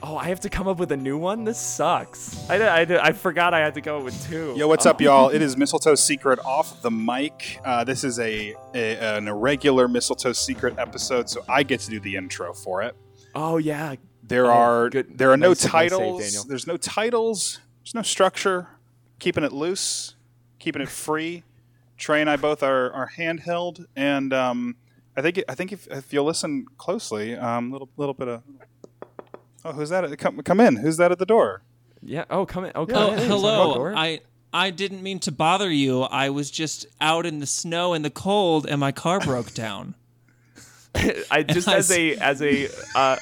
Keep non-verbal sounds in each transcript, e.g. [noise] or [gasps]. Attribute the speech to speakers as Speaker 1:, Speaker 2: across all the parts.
Speaker 1: Oh, I have to come up with a new one? This sucks. I, I, I forgot I had to come up with two.
Speaker 2: Yo, what's up, y'all? It is Mistletoe Secret off the mic. Uh, this is a, a an irregular Mistletoe Secret episode, so I get to do the intro for it.
Speaker 1: Oh, yeah.
Speaker 2: There
Speaker 1: Oh,
Speaker 2: are
Speaker 1: good-
Speaker 2: there are no
Speaker 1: nice- nice save,
Speaker 2: titles.
Speaker 1: Daniel.
Speaker 2: There's no titles. There's no structure. Keeping it loose, keeping it free. Trey and I both are, are handheld, and um, I think I think if, if you'll listen closely, um, little little bit of. Oh, who's that? at- Come come in. Who's that at the door?
Speaker 1: Yeah. Oh, come in. Oh, come
Speaker 3: Oh,
Speaker 1: in. It's not
Speaker 3: hello.
Speaker 1: Gord.
Speaker 3: I I didn't mean to bother you. I was just out in the snow and the cold, and my car broke down.
Speaker 1: I just
Speaker 3: [laughs] I
Speaker 1: as a as a uh,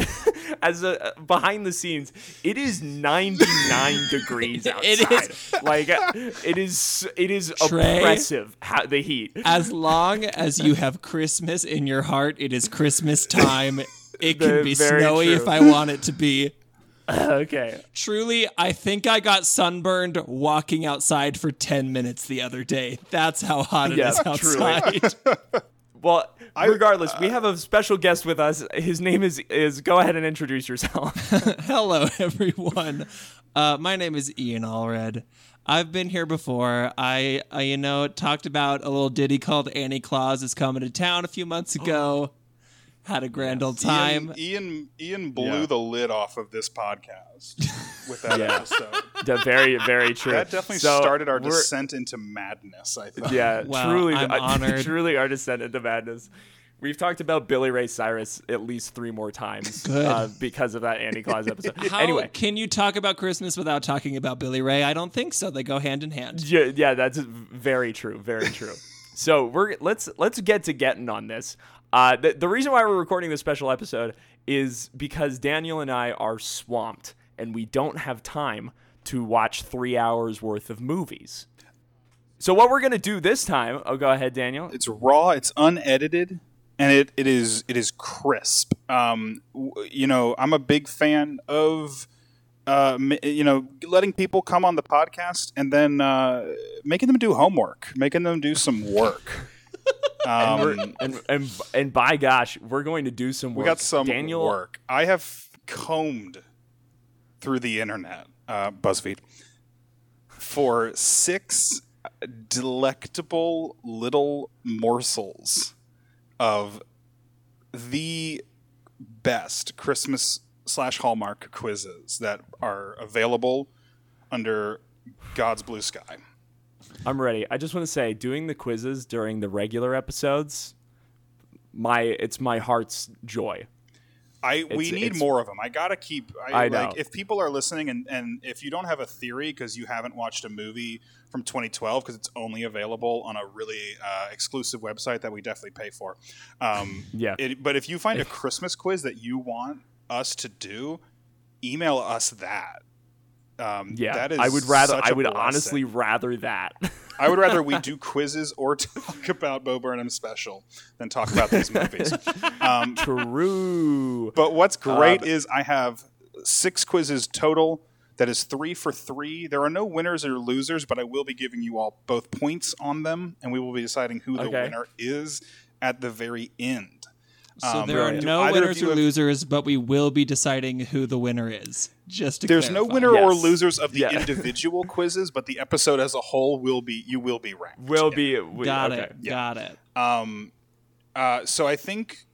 Speaker 1: [laughs] as a uh, behind the scenes, it is
Speaker 3: [laughs]
Speaker 1: 99 degrees outside.
Speaker 3: It
Speaker 1: Like uh, it is it is
Speaker 3: Trey?
Speaker 1: oppressive how, the
Speaker 3: [laughs]
Speaker 1: heat.
Speaker 3: As long as you have Christmas in your heart, it is Christmas time. It
Speaker 1: Very-
Speaker 3: can be
Speaker 1: very
Speaker 3: snowy
Speaker 1: true.
Speaker 3: if I want it to be.
Speaker 1: okay.
Speaker 3: Truly, I think I got sunburned walking outside for 10 minutes the other day. That's how hot it is
Speaker 1: Yeah, truly.
Speaker 3: outside.
Speaker 1: Well, regardless,
Speaker 2: uh,
Speaker 1: we have a special guest with us. His name is is go ahead and introduce yourself. [laughs]
Speaker 3: Hello, [laughs] everyone. Uh, my name is Ian Allred. I've been here before. I, I, you know, talked about a little ditty called Annie Claus is coming to town a
Speaker 2: [gasps]
Speaker 3: few months ago. Had a grand old time.
Speaker 2: Ian Ian, Ian blew
Speaker 1: Yeah.
Speaker 2: the lid off of this podcast
Speaker 1: [laughs]
Speaker 2: with that
Speaker 1: Yeah.
Speaker 2: episode.
Speaker 1: Yeah, very very true.
Speaker 2: That definitely
Speaker 1: So,
Speaker 2: started our
Speaker 1: we're-
Speaker 2: descent into madness. I think.
Speaker 3: [laughs]
Speaker 1: Yeah,
Speaker 3: Wow,
Speaker 1: truly, [laughs]
Speaker 3: I'm
Speaker 1: uh,
Speaker 3: honored.
Speaker 1: truly our descent into madness. We've talked about Billy Ray Cyrus at least three more times
Speaker 3: [laughs] Good.
Speaker 1: uh, because of that Andy Claus episode.
Speaker 3: [laughs] How
Speaker 1: anyway,
Speaker 3: can you talk about Christmas without talking about Billy Ray? I don't think so. They go hand in hand.
Speaker 1: yeah, yeah, that's very true, very
Speaker 3: [laughs]
Speaker 1: true. so we're let's let's get to getting on this. Uh, the, the reason why we're recording this special episode is because Daniel and I are swamped and we don't have time to watch three hours worth of movies. So what we're gonna do this time? Oh, go ahead, Daniel.
Speaker 2: It's raw. It's unedited, and it, it is it is crisp. Um, w- you know, I'm a big fan of. Uh, m- you know, letting people come on the podcast and then uh, making them do homework, making them do some work. Um,
Speaker 1: and and and by gosh, we're going to do some work.
Speaker 2: we got some
Speaker 1: Daniel,
Speaker 2: work. I have combed through the internet, uh, BuzzFeed, for six delectable little morsels of the best Christmas slash Hallmark quizzes that are available under God's blue sky.
Speaker 1: I'm ready. I just want to say, doing the quizzes during the regular episodes, my it's my heart's joy.
Speaker 2: I we
Speaker 1: It's-
Speaker 2: need
Speaker 1: it's-
Speaker 2: more of them. I gotta keep. I,
Speaker 1: I know.
Speaker 2: Like, if people are listening and, and if you don't have a theory because you haven't watched a movie from 2012 because it's only available on a really uh, exclusive website that we definitely pay for. Um,
Speaker 1: [laughs] Yeah.
Speaker 2: it- but if
Speaker 1: [laughs]
Speaker 2: you find a Christmas quiz that you want us to do, email us that. Um,
Speaker 1: Yeah,
Speaker 2: that is
Speaker 1: I would rather.
Speaker 2: such
Speaker 1: I
Speaker 2: a
Speaker 1: would
Speaker 2: blessing.
Speaker 1: honestly rather that. [laughs]
Speaker 2: I would rather we do quizzes or [laughs] talk about Bo Burnham special than talk about these
Speaker 1: [laughs]
Speaker 2: movies. Um,
Speaker 1: True.
Speaker 2: But what's great
Speaker 1: Um,
Speaker 2: is I have six quizzes total. That is three for three. There are no winners or losers, but I will be giving you all both points on them, and we will be deciding who the
Speaker 1: Okay.
Speaker 2: winner is at the very end.
Speaker 3: So
Speaker 2: Um,
Speaker 3: there
Speaker 1: do
Speaker 3: are no
Speaker 2: either of
Speaker 3: winners
Speaker 2: you
Speaker 3: or
Speaker 2: have-
Speaker 3: losers, but we will be deciding who the winner is. Just to
Speaker 2: There's no
Speaker 3: clarify.
Speaker 2: winner or
Speaker 1: Yes.
Speaker 2: losers of the
Speaker 1: Yeah. [laughs]
Speaker 2: individual quizzes, but the episode as a whole will be you will be ranked.
Speaker 1: Will be. We,
Speaker 3: Got
Speaker 1: okay.
Speaker 3: it. Got it.
Speaker 2: Um, uh, so I think.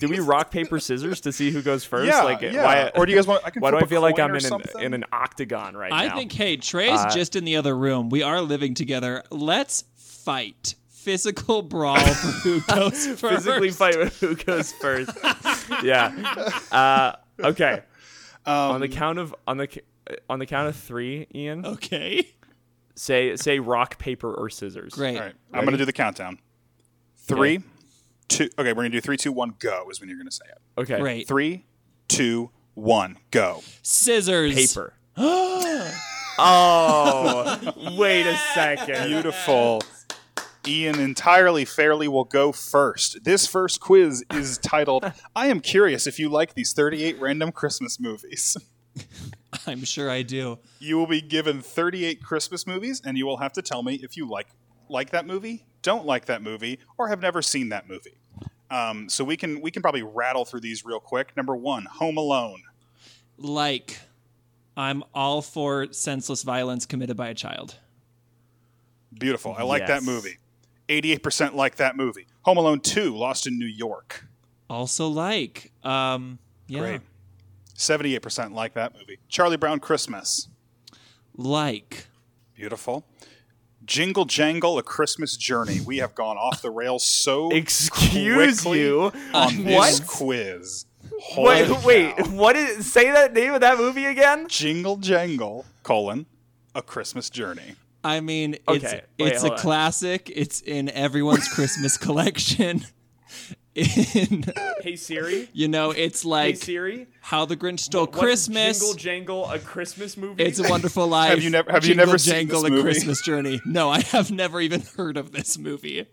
Speaker 1: Do we rock paper scissors to see who goes first?
Speaker 2: yeah,
Speaker 1: like,
Speaker 2: yeah.
Speaker 1: why?
Speaker 2: or do you guys want? I can
Speaker 1: why do
Speaker 2: flip
Speaker 1: I
Speaker 2: a
Speaker 1: feel like
Speaker 2: coin
Speaker 1: I'm
Speaker 2: or
Speaker 1: in an,
Speaker 2: something?
Speaker 1: in an octagon right
Speaker 3: I
Speaker 1: now? Uh,
Speaker 3: think, hey, Trey's just in the other room. We are living together. Let's fight.
Speaker 1: [laughs]
Speaker 3: Physical brawl for who goes first.
Speaker 1: physically fight with who goes first. yeah. Uh, okay. on
Speaker 3: Um,
Speaker 1: the count of on the c- uh, on the count of three, Ian,
Speaker 3: Okay.
Speaker 1: say say rock paper or scissors.
Speaker 3: Great.
Speaker 2: All right, I'm gonna do the countdown. Three, two. Okay, we're gonna do three, two, one, go. Is when you're gonna say it.
Speaker 1: Okay.
Speaker 3: Great.
Speaker 2: Three, two, one, go.
Speaker 3: Scissors. [gasps]
Speaker 1: Paper. oh, wait a second.
Speaker 2: Beautiful. Ian entirely fairly will go first. This first quiz is titled "I am curious if you like these 38 random Christmas movies."
Speaker 3: [laughs] I'm sure I do.
Speaker 2: You will be given 38 Christmas movies, and you will have to tell me if you like like that movie, don't like that movie, or have never seen that movie. Um, so we can we can probably rattle through these real quick. Number one, Home Alone.
Speaker 3: Like, I'm all for senseless violence committed by a child.
Speaker 2: Beautiful. I like
Speaker 1: Yes.
Speaker 2: that movie. 88% like that movie. Home Alone 2, Lost in New York.
Speaker 3: Also, like, um, yeah,
Speaker 2: Great. 78% like that movie. Charlie Brown Christmas.
Speaker 3: like,
Speaker 2: Beautiful. Jingle Jangle, A Christmas Journey. We have gone off the rails so
Speaker 1: Excuse
Speaker 2: quickly
Speaker 1: you? [laughs]
Speaker 2: on this
Speaker 1: What?
Speaker 2: quiz. Holy
Speaker 1: Wait, wait.
Speaker 2: cow.
Speaker 1: What is? Say that name of that movie again.
Speaker 2: Jingle Jangle, colon, A Christmas Journey.
Speaker 3: I mean,
Speaker 1: Okay,
Speaker 3: it's
Speaker 1: wait,
Speaker 3: it's
Speaker 1: hold
Speaker 3: a
Speaker 1: on.
Speaker 3: classic. It's in everyone's
Speaker 1: [laughs]
Speaker 3: Christmas collection. [laughs] in
Speaker 1: Hey Siri.
Speaker 3: you know, it's
Speaker 1: Hey
Speaker 3: like
Speaker 1: Siri.
Speaker 3: How the Grinch Stole Christmas.
Speaker 1: Jingle jangle, a Christmas movie.
Speaker 3: It's a Wonderful [laughs] Life.
Speaker 2: Have you never- have you
Speaker 3: Jingle
Speaker 2: never seen
Speaker 3: Jangle
Speaker 2: this
Speaker 3: A
Speaker 2: movie?
Speaker 3: Christmas [laughs] Journey? No, I have never even heard of this movie.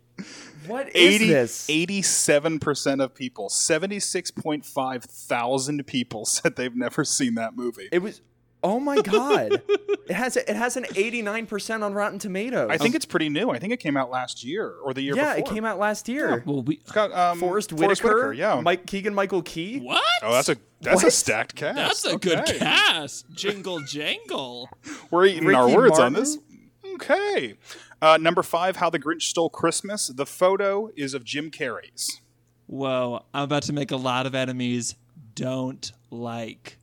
Speaker 1: what is
Speaker 2: 80,
Speaker 1: this?
Speaker 2: 87% of people, 76.5 thousand people [laughs] said they've never seen that movie.
Speaker 1: It was. Oh my god. it has it has an 89% on Rotten Tomatoes.
Speaker 2: I think it's pretty new. I think it came out last year or the year
Speaker 1: um, yeah,
Speaker 2: before.
Speaker 1: it came out last year.
Speaker 3: Well, we
Speaker 2: It's got, um,
Speaker 1: Forrest Whitaker,
Speaker 2: Forrest yeah.
Speaker 1: Mike Keegan Michael Key.
Speaker 3: what?
Speaker 2: oh, that's a that's a
Speaker 1: What?
Speaker 2: stacked cast.
Speaker 3: That's a
Speaker 2: Okay.
Speaker 3: good [laughs] cast. Jingle Jangle.
Speaker 2: We're eating
Speaker 1: Ricky
Speaker 2: our words
Speaker 1: Martin?
Speaker 2: on this. Okay. Uh, number five, How the Grinch Stole Christmas. The photo is of Jim Carrey's.
Speaker 3: Whoa, I'm about to make a lot of enemies. Don't like.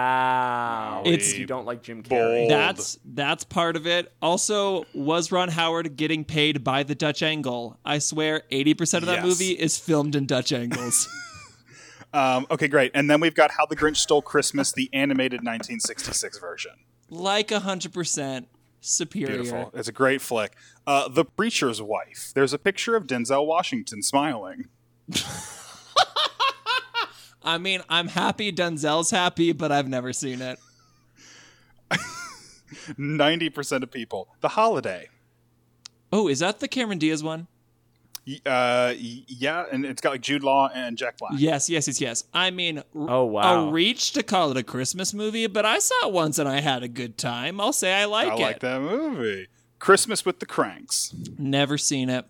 Speaker 1: Wow.
Speaker 3: It's-
Speaker 1: you don't like Jim Carrey.
Speaker 2: Bold.
Speaker 3: That's that's part of it. Also, was Ron Howard getting paid by the Dutch angle? I swear, eighty percent of that
Speaker 2: Yes.
Speaker 3: movie is filmed in Dutch [laughs] angles.
Speaker 2: Um, okay, great. And then we've got How the Grinch Stole Christmas, the animated 1966 version.
Speaker 3: like hundred percent superior.
Speaker 2: Beautiful. It's a great flick. Uh, the Preacher's Wife. There's a picture of Denzel Washington smiling.
Speaker 3: I mean, I'm happy Denzel's happy, but I've never seen it.
Speaker 2: 90% of people. The Holiday.
Speaker 3: Oh, is that the Cameron Diaz one?
Speaker 2: Y- Uh, y- yeah, and it's got like Jude Law and Jack Black.
Speaker 3: Yes, yes, yes, yes. I mean, r-
Speaker 1: Oh, wow.
Speaker 3: a reach to call it a Christmas movie, but I saw it once and I had a good time. I'll say I like
Speaker 2: I
Speaker 3: it.
Speaker 2: like that movie. Christmas with the Cranks.
Speaker 3: Never seen it.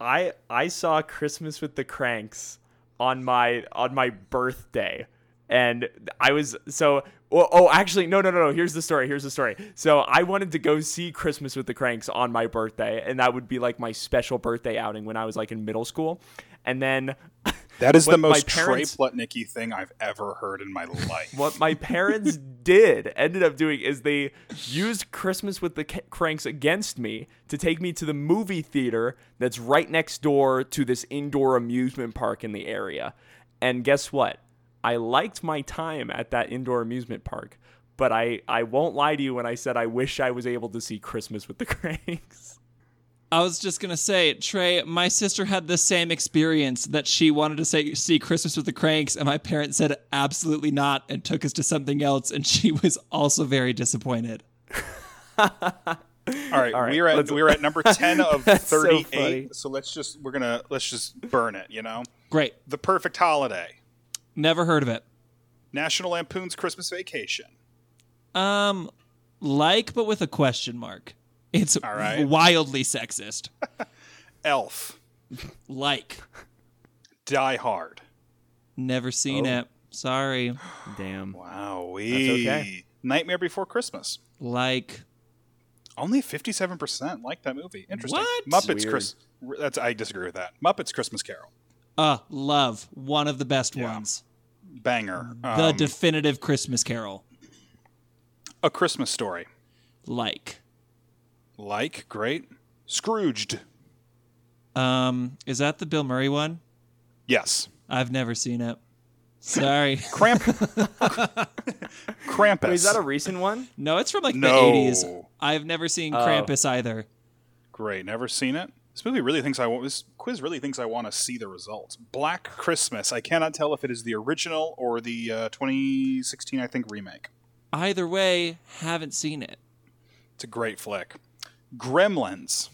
Speaker 1: I I saw Christmas with the Cranks on my on my birthday, and I was so. Well, oh, actually, no, no, no, no. Here's the story. Here's the story. So I wanted to go see Christmas with the Cranks on my birthday, and that would be like my special birthday outing when I was like in middle school, and then.
Speaker 2: That is
Speaker 1: What
Speaker 2: the most
Speaker 1: my parents-
Speaker 2: Trey Plutnicki thing I've ever heard in my life.
Speaker 1: what my parents did ended up doing is they used Christmas with the C- Cranks against me to take me to the movie theater that's right next door to this indoor amusement park in the area. And guess what? I liked my time at that indoor amusement park, but I, I won't lie to you when I said I wish I was able to see Christmas with the [laughs] Cranks.
Speaker 3: I was just gonna say, Trey, my sister had the same experience that she wanted to say, see Christmas with the Cranks, and my parents said absolutely not and took us to something else, and she [laughs] was also very disappointed.
Speaker 2: All right,
Speaker 1: right,
Speaker 2: we're at
Speaker 1: let's-
Speaker 2: we're at
Speaker 1: [laughs]
Speaker 2: number ten of
Speaker 1: so
Speaker 2: thirty
Speaker 1: funny.
Speaker 2: eight. so let's just we're gonna let's just burn it. You know,
Speaker 3: Great,
Speaker 2: the perfect holiday,
Speaker 3: never heard of it.
Speaker 2: National Lampoon's Christmas Vacation.
Speaker 3: Um, like, but with a question mark. It's
Speaker 2: right.
Speaker 3: wildly sexist.
Speaker 2: Elf,
Speaker 3: Like,
Speaker 2: Die Hard.
Speaker 3: never seen
Speaker 1: Oh.
Speaker 3: it. Sorry.
Speaker 1: Damn.
Speaker 2: Wow,
Speaker 1: okay.
Speaker 2: Nightmare Before Christmas.
Speaker 3: Like,
Speaker 2: Only fifty seven percent like that movie. Interesting.
Speaker 3: What?
Speaker 2: Muppets
Speaker 1: Weird.
Speaker 2: Chris. That's I disagree with that. Muppets Christmas Carol.
Speaker 3: uh, love. One of the best
Speaker 2: Yeah.
Speaker 3: ones.
Speaker 2: Banger.
Speaker 3: The
Speaker 2: Um,
Speaker 3: definitive Christmas Carol.
Speaker 2: a Christmas Story.
Speaker 3: Like,
Speaker 2: Like great. Scrooged.
Speaker 3: um, is that the Bill Murray one?
Speaker 2: Yes.
Speaker 3: I've never seen it.
Speaker 1: [laughs]
Speaker 3: Sorry.
Speaker 2: [laughs] Cramp. Krampus.
Speaker 1: Wait, is that a recent one?
Speaker 3: No, it's from like
Speaker 2: No.
Speaker 3: the 80s. I've never seen
Speaker 1: Oh.
Speaker 3: Krampus either.
Speaker 2: Great, never seen it. This movie really thinks I want. This quiz really thinks I want to see the results. Black Christmas. I cannot tell if it is the original or the uh, 2016, I think, remake.
Speaker 3: Either way, haven't seen it.
Speaker 2: It's a great flick. Gremlins.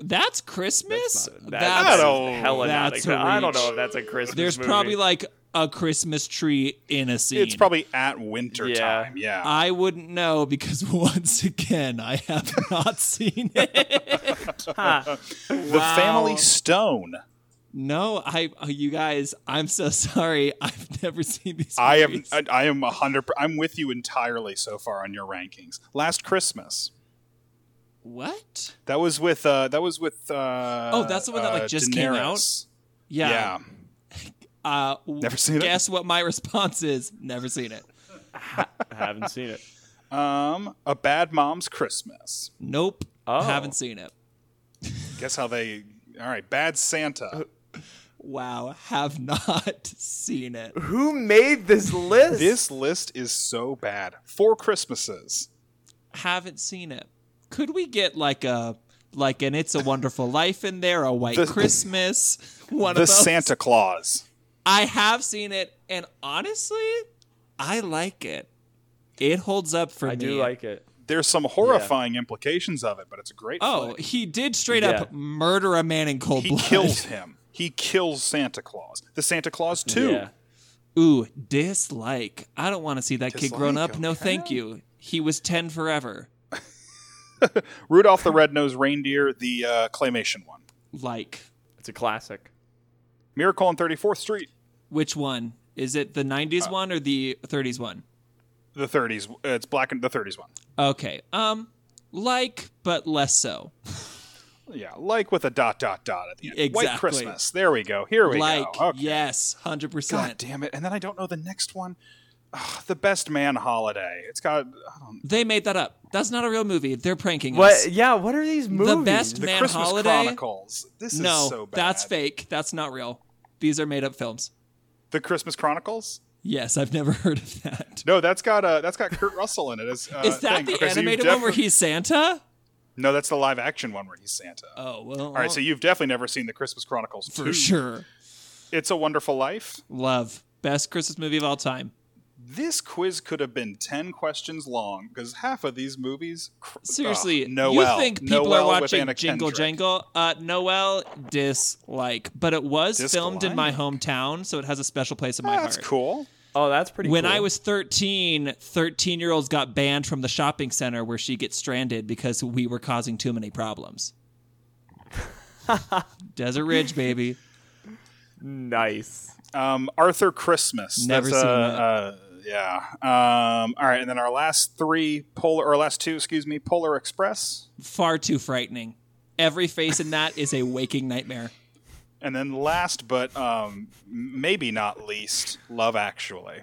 Speaker 3: That's Christmas?
Speaker 1: That's,
Speaker 2: I don't-
Speaker 1: hella not
Speaker 3: that's
Speaker 1: a-
Speaker 3: a
Speaker 1: I don't
Speaker 3: reach.
Speaker 1: know if that's a Christmas
Speaker 3: there's
Speaker 1: movie.
Speaker 3: probably like a Christmas tree in a scene.
Speaker 2: It's probably at winter
Speaker 1: Yeah.
Speaker 2: time. Yeah.
Speaker 3: I wouldn't know because [laughs] once again, I have not seen it. Uh,
Speaker 2: the Family Stone.
Speaker 3: No, I, oh, you guys, I'm so sorry. I've never seen these.
Speaker 2: I am
Speaker 3: movies.
Speaker 2: I, I am a hundred. per- I'm with you entirely so far on your rankings. Last Christmas,
Speaker 3: what?
Speaker 2: that was with uh, that was with. Uh,
Speaker 3: Oh, that's the one that, like,
Speaker 2: uh,
Speaker 3: just came out?
Speaker 2: Daenerys.
Speaker 3: Yeah.
Speaker 2: yeah.
Speaker 3: Uh, w-
Speaker 2: Never seen it?
Speaker 3: Guess what my response is? Never seen it.
Speaker 1: I haven't seen it.
Speaker 2: Um, a bad mom's Christmas.
Speaker 3: Nope.
Speaker 1: Oh.
Speaker 3: Haven't seen it.
Speaker 2: Guess how they. All right, bad Santa.
Speaker 3: Wow. Have [laughs] not seen it.
Speaker 1: Who made this list?
Speaker 2: This list is so bad. Four Christmases.
Speaker 3: Haven't seen it. Could we get like a like an It's a Wonderful Life in there? A White
Speaker 2: The-
Speaker 3: Christmas? One
Speaker 2: The
Speaker 3: of those.
Speaker 2: Santa Claus.
Speaker 3: I have seen it, and honestly, I like it. It holds up for
Speaker 1: I
Speaker 3: me.
Speaker 1: do like it.
Speaker 2: There's some horrifying implications of it, but it's a great.
Speaker 3: Oh,
Speaker 2: flick.
Speaker 3: he did straight
Speaker 1: Yeah.
Speaker 3: up murder a man in cold
Speaker 2: he
Speaker 3: [laughs] blood.
Speaker 2: kills him. He kills Santa Claus. The Santa Claus too.
Speaker 1: Yeah.
Speaker 3: Ooh, dislike. I don't want to see that kid grown
Speaker 2: Dislike,
Speaker 3: up. No,
Speaker 2: okay.
Speaker 3: thank you. He was 10 forever.
Speaker 2: Rudolph the Red-Nosed Reindeer, the uh, claymation one.
Speaker 3: Like,
Speaker 1: It's a classic.
Speaker 2: Miracle on 34th Street,
Speaker 3: which one? Is it the
Speaker 1: Uh,
Speaker 3: 90s one or the 30s one?
Speaker 2: the 30s. uh, It's black and the 30s one.
Speaker 3: Okay. Um, like, but less so.
Speaker 2: Yeah, like with a dot dot dot at the end. White
Speaker 3: Exactly.
Speaker 2: Christmas. There we go. Here we
Speaker 3: like,
Speaker 1: oh,
Speaker 2: go. Okay.
Speaker 3: yes, 100%.
Speaker 2: God damn it! And then I don't know the next one. Ugh, the Best Man Holiday. It's got I don't
Speaker 3: They made that up. That's not a real movie. They're pranking us.
Speaker 1: What? Yeah. What are these movies?
Speaker 3: The best
Speaker 2: the
Speaker 3: man
Speaker 2: Christmas
Speaker 3: holiday.
Speaker 2: Chronicles. This
Speaker 3: no,
Speaker 2: is so bad.
Speaker 3: that's fake. That's not real. These are made up films.
Speaker 2: The Christmas Chronicles.
Speaker 3: Yes, I've never [laughs] heard of that.
Speaker 2: No, that's got uh, that's got Kurt Russell in it. As, uh,
Speaker 3: Is that
Speaker 2: thing.
Speaker 3: the
Speaker 2: Okay, so you've
Speaker 3: animated one where
Speaker 2: definitely-
Speaker 3: he's Santa?
Speaker 2: No, that's the live action one where he's Santa.
Speaker 3: Oh well.
Speaker 2: All right, so you've definitely never seen the Christmas Chronicles.
Speaker 3: for
Speaker 2: 2.
Speaker 3: sure,
Speaker 2: It's a Wonderful Life.
Speaker 3: love best Christmas movie of all time.
Speaker 2: This quiz could have been ten questions long because half of these movies. Cr-
Speaker 3: Seriously,
Speaker 2: Ugh, Noel.
Speaker 3: you think people
Speaker 2: Noel
Speaker 3: are
Speaker 2: with
Speaker 3: watching
Speaker 2: Anna
Speaker 3: Jingle
Speaker 2: Kendrick.
Speaker 3: Jangle? Uh, Noel dislike, but it was filmed in my
Speaker 2: Dislike?
Speaker 3: hometown, so it has a special place in my
Speaker 2: That's
Speaker 3: heart.
Speaker 2: cool.
Speaker 1: Oh, that's pretty.
Speaker 3: When
Speaker 1: cool.
Speaker 3: I was 13, 13 year olds got banned from the shopping center where she gets stranded because we were causing too many problems. [laughs] Desert Ridge, baby.
Speaker 1: nice.
Speaker 2: [laughs] Um, Arthur Christmas.
Speaker 3: Never
Speaker 2: That's,
Speaker 3: seen
Speaker 2: uh, Uh, yeah. Um, all right, and then our last three polar, or last two, excuse me, Polar Express,
Speaker 3: Far too frightening. Every face in that is a waking nightmare.
Speaker 2: and then last but um, maybe not least, Love Actually.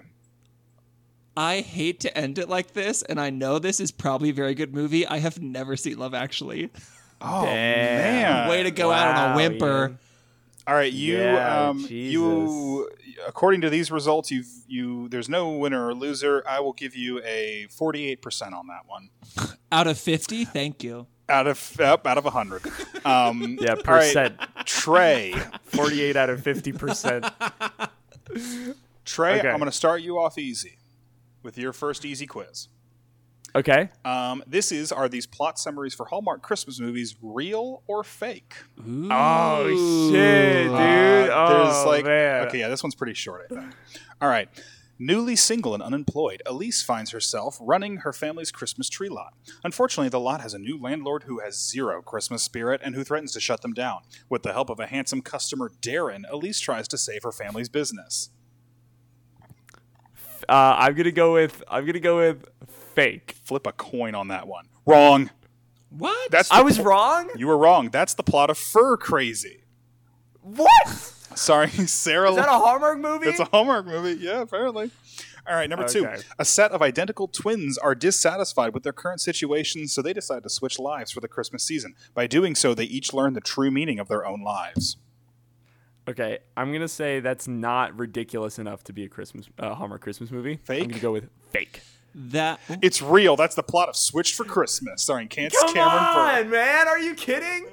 Speaker 3: I hate to end it like this, and I know this is probably a very good movie. I have never seen Love Actually.
Speaker 2: Oh
Speaker 1: Damn.
Speaker 2: man!
Speaker 3: Way to go out on a
Speaker 1: Uh, Wow,
Speaker 3: whimper.
Speaker 1: Ian.
Speaker 2: All right, you,
Speaker 1: Yeah,
Speaker 2: um, you. According to these results, you've you. There's no winner or loser. I will give you a 48 percent on that one
Speaker 3: Out of 50, thank you.
Speaker 2: out of yep, out of 100. Um,
Speaker 1: Yeah,
Speaker 2: all right,
Speaker 1: percent.
Speaker 2: Trey,
Speaker 1: Forty-eight out of fifty percent.
Speaker 2: Trey,
Speaker 1: Okay.
Speaker 2: I'm going to start you off easy with your first easy quiz.
Speaker 1: [laughs] Okay.
Speaker 2: Um, this is are these plot summaries for Hallmark Christmas movies real or fake?
Speaker 1: Oh shit, dude.
Speaker 2: Uh,
Speaker 1: oh man.
Speaker 2: okay, yeah, this one's pretty short. I think. All right. Newly single and unemployed, Elise finds herself running her family's Christmas tree lot. Unfortunately, the lot has a new landlord who has zero Christmas spirit and who threatens to shut them down. With the help of a handsome customer, Darren, Elise tries to save her family's business.
Speaker 1: Uh, I'm gonna go with. I'm gonna go with fake.
Speaker 2: Flip a coin on that one. Wrong.
Speaker 3: What?
Speaker 2: That's the
Speaker 1: I was
Speaker 2: pl-
Speaker 1: wrong.
Speaker 2: You were wrong. That's the plot of Fur Crazy.
Speaker 1: What? Is
Speaker 2: Sorry, [laughs] Sarah.
Speaker 1: that a Hallmark movie?
Speaker 2: It's a Hallmark movie. Yeah, apparently. All right, number two.
Speaker 1: Okay.
Speaker 2: A set of identical twins are dissatisfied with their current situation, so they decide to switch lives for the Christmas season. By doing so, they each learn the true meaning of their own lives.
Speaker 1: okay, I'm gonna say that's not ridiculous enough to be a Christmas uh, Hallmark Christmas movie. I'm
Speaker 2: Fake?
Speaker 1: gonna go with fake.
Speaker 3: that
Speaker 2: It's real. That's the plot of Switched for Christmas, starring Kansas Cameron Burr.
Speaker 1: man. Are you kidding?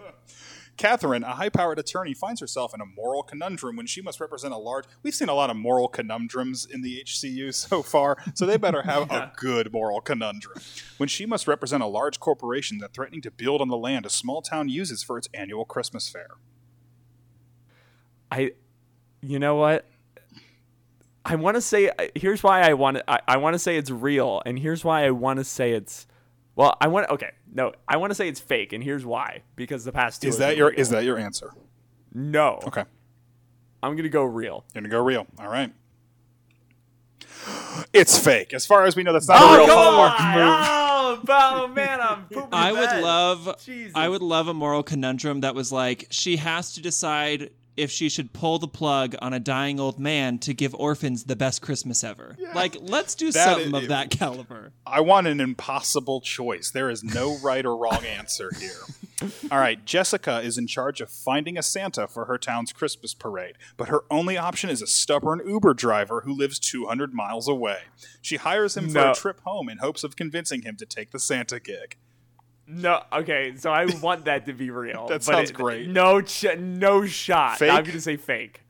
Speaker 2: Catherine, a high powered attorney, finds herself in a moral conundrum when she must represent a large. We've seen a lot of moral conundrums in the HCU [laughs] so far, so they better have a good moral conundrum. When she must represent a large corporation that threatening to build on the land a small town uses for its annual Christmas fair.
Speaker 1: I. You know what? I want to say. I- Here's why I want. I, I want to say it's real, and here's why I want to say it's. Well, I want. Okay, no, I want to say it's fake, and here's why. Because the past two.
Speaker 2: Is
Speaker 1: have
Speaker 2: that
Speaker 1: been
Speaker 2: your
Speaker 1: real.
Speaker 2: is that your answer?
Speaker 1: No.
Speaker 2: Okay.
Speaker 1: I'm gonna go real.
Speaker 2: Gonna go real. All right. [gasps] It's fake. As far as we know, that's not
Speaker 1: Oh,
Speaker 2: a real
Speaker 1: come
Speaker 2: Hallmark
Speaker 1: on!
Speaker 2: movie.
Speaker 1: Oh, oh, man, [laughs] I'm pooping
Speaker 3: I would
Speaker 1: bed.
Speaker 3: love
Speaker 1: Jesus.
Speaker 3: I would love a moral conundrum that was like she has to decide if she should pull the plug on a dying old man to give orphans the best Christmas ever. Like let's do
Speaker 2: That
Speaker 3: something
Speaker 2: is-
Speaker 3: of that caliber.
Speaker 2: I want an impossible choice. There is no right or wrong answer
Speaker 1: [laughs]
Speaker 2: here. All right, Jessica is in charge of finding a Santa for her town's Christmas parade, but her only option is a stubborn Uber driver who lives 200 miles away. She hires him for
Speaker 1: No.
Speaker 2: a trip home in hopes of convincing him to take the Santa gig.
Speaker 1: No, okay, so I want that to be real.
Speaker 2: [laughs] That
Speaker 1: but
Speaker 2: sounds
Speaker 1: it-
Speaker 2: great.
Speaker 1: No, ch- no shot. I'm
Speaker 2: Fake?
Speaker 1: gonna say fake.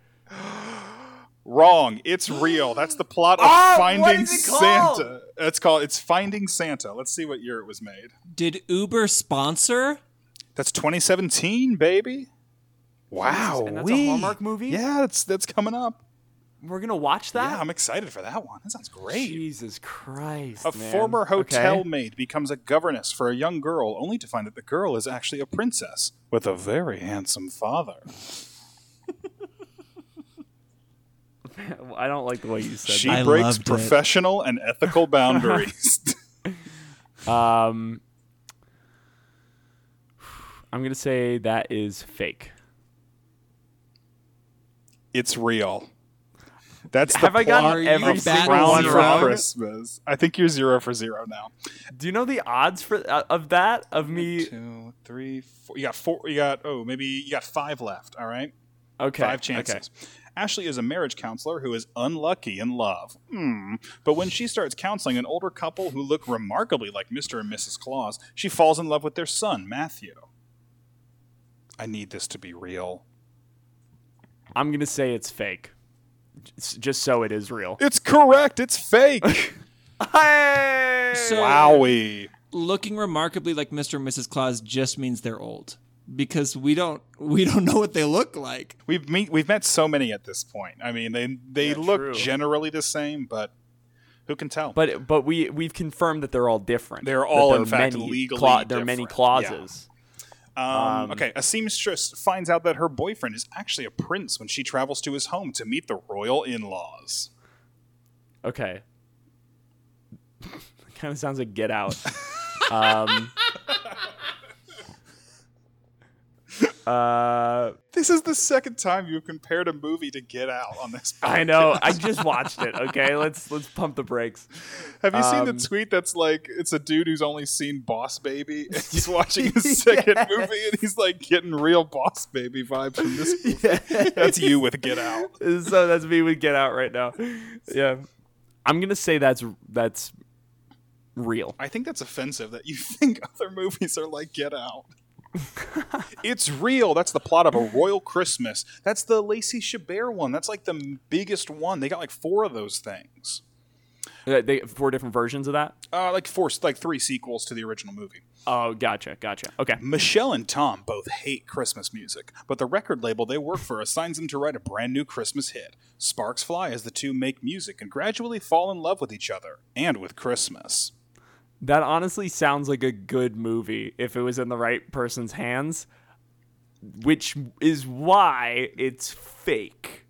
Speaker 2: Wrong. It's real. That's the plot of
Speaker 1: Oh,
Speaker 2: Finding
Speaker 1: what is it called?
Speaker 2: Santa. It's called It's Finding Santa. Let's see what year it was made.
Speaker 3: Did Uber sponsor?
Speaker 2: That's 2017, baby. Wow.
Speaker 1: and that's a Hallmark movie?
Speaker 2: Yeah, that's that's coming up.
Speaker 1: We're gonna watch that.
Speaker 2: Yeah, I'm excited for that one. That sounds great.
Speaker 1: Jesus Christ.
Speaker 2: A
Speaker 1: man.
Speaker 2: former hotel
Speaker 1: Okay.
Speaker 2: maid becomes a governess for a young girl, only to find that the girl is actually a princess with a very handsome father.
Speaker 1: I don't like the way you said
Speaker 2: She
Speaker 3: I
Speaker 2: breaks
Speaker 3: loved it.
Speaker 2: professional and [laughs] ethical boundaries. [laughs]
Speaker 1: that. Um, I'm gonna say that is fake.
Speaker 2: it's real. That's
Speaker 1: Have
Speaker 2: the
Speaker 1: I gotten
Speaker 2: plot
Speaker 3: Are you
Speaker 1: every
Speaker 2: of
Speaker 1: single
Speaker 3: batting
Speaker 2: Crown
Speaker 1: one
Speaker 3: zero?
Speaker 2: for
Speaker 1: wrong?
Speaker 2: Christmas. I think you're zero for zero now.
Speaker 1: Do you know the odds for uh, of that of me?
Speaker 2: Two, three, four. You got four. You got oh, maybe you got five left. All right,
Speaker 1: Okay,
Speaker 2: five chances.
Speaker 1: Okay.
Speaker 2: Ashley is a marriage counselor who is unlucky in love. Hmm. But when she starts counseling an older couple who look remarkably like Mr. and Mrs. Claus, she falls in love with their son, Matthew. I need this to be real.
Speaker 1: I'm gonna say it's fake, J- just so it is
Speaker 2: [laughs]
Speaker 1: real.
Speaker 2: It's correct.
Speaker 1: [laughs]
Speaker 2: It's [laughs] fake.
Speaker 1: Hey!
Speaker 3: So
Speaker 2: Wowie.
Speaker 3: looking remarkably like Mr. and Mrs. Claus just means they're old because we don't we don't know what they look like.
Speaker 2: We've meet, we've met so many at this point. I mean, they they
Speaker 1: Yeah,
Speaker 2: look
Speaker 1: true.
Speaker 2: generally the same, but who can tell?
Speaker 1: But but we we've confirmed that they're all different.
Speaker 2: They're
Speaker 1: That
Speaker 2: all,
Speaker 1: there
Speaker 2: in
Speaker 1: are
Speaker 2: fact,
Speaker 1: many
Speaker 2: legally
Speaker 1: there are many
Speaker 2: different. Yeah.
Speaker 1: clauses.
Speaker 2: um,
Speaker 1: um,
Speaker 2: okay, a seamstress finds out that her boyfriend is actually a prince when she travels to his home to meet the royal in-laws.
Speaker 1: Okay. [laughs] kind of sounds like Get [laughs] Out. um, uh,
Speaker 2: This is the second time you've compared a movie to Get Out on this.
Speaker 1: I know. I just watched it. Okay, let's let's pump the [laughs] brakes.
Speaker 2: [laughs] Have you seen the
Speaker 1: Um,
Speaker 2: tweet that's like it's a dude who's only seen Boss [laughs] Baby and he's watching his second
Speaker 1: Yes.
Speaker 2: movie and he's like getting real Boss Baby vibes from [laughs] this. Movie. That's you with Get Out.
Speaker 1: so that's me with Get Out right now. Yeah, I'm gonna say that's that's real.
Speaker 2: I think that's offensive that you [laughs] think other movies are like Get [laughs] Out. it's real. That's the plot of A Royal Christmas. That's the Lacey Chabert one. That's like the m- biggest one. They got like four of those things.
Speaker 1: Uh, They four different versions of that.
Speaker 2: Uh, like four, like three sequels to the original movie.
Speaker 1: Oh, gotcha, gotcha. Okay.
Speaker 2: Michelle and Tom both hate Christmas music, but the record label they work for assigns them to write a brand new Christmas hit. Sparks fly as the two make music and gradually fall in love with each other and with Christmas.
Speaker 1: That honestly sounds like a good movie if it was in the right person's hands, which is why it's fake.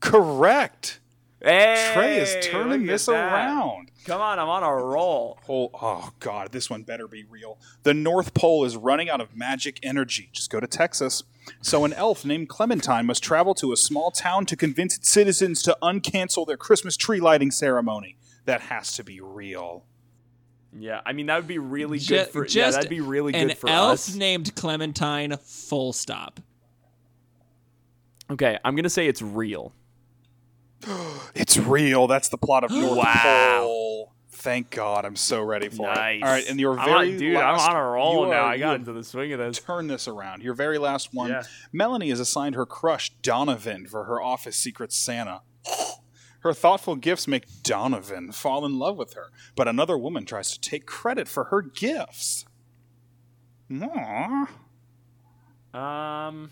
Speaker 2: Correct.
Speaker 1: Hey,
Speaker 2: Trey is
Speaker 1: look
Speaker 2: turning
Speaker 1: at
Speaker 2: this
Speaker 1: that.
Speaker 2: around.
Speaker 1: Come on, I'm on a roll.
Speaker 2: Pole. Oh God, this one better be real. The North Pole is running out of magic energy. Just go to Texas. So an elf named Clementine must travel to a small town to convince its citizens to uncancel their Christmas tree lighting ceremony. That has to be real.
Speaker 1: Yeah, I mean that would be really
Speaker 3: Ju-
Speaker 1: good for
Speaker 3: just
Speaker 1: yeah, that'd be really
Speaker 3: an
Speaker 1: good for
Speaker 3: elf
Speaker 1: us.
Speaker 3: named Clementine. Full stop.
Speaker 1: okay, I'm gonna say it's real.
Speaker 2: It's real. That's the
Speaker 1: [gasps]
Speaker 2: plot of North
Speaker 1: Wow.
Speaker 2: Pole. Thank God, I'm so ready for
Speaker 1: Nice.
Speaker 2: it. All right, and your
Speaker 1: I'm
Speaker 2: very
Speaker 1: on, dude,
Speaker 2: last-
Speaker 1: I'm on a roll
Speaker 2: you
Speaker 1: now.
Speaker 2: are-
Speaker 1: I
Speaker 2: you
Speaker 1: got
Speaker 2: have
Speaker 1: into the swing of this.
Speaker 2: turn this around. Your very last one.
Speaker 1: Yeah.
Speaker 2: Melanie is assigned her crush Donovan for her office secret Santa. Her thoughtful gifts make Donovan fall in love with her, but another woman tries to take credit for her gifts. Aww.
Speaker 1: Um.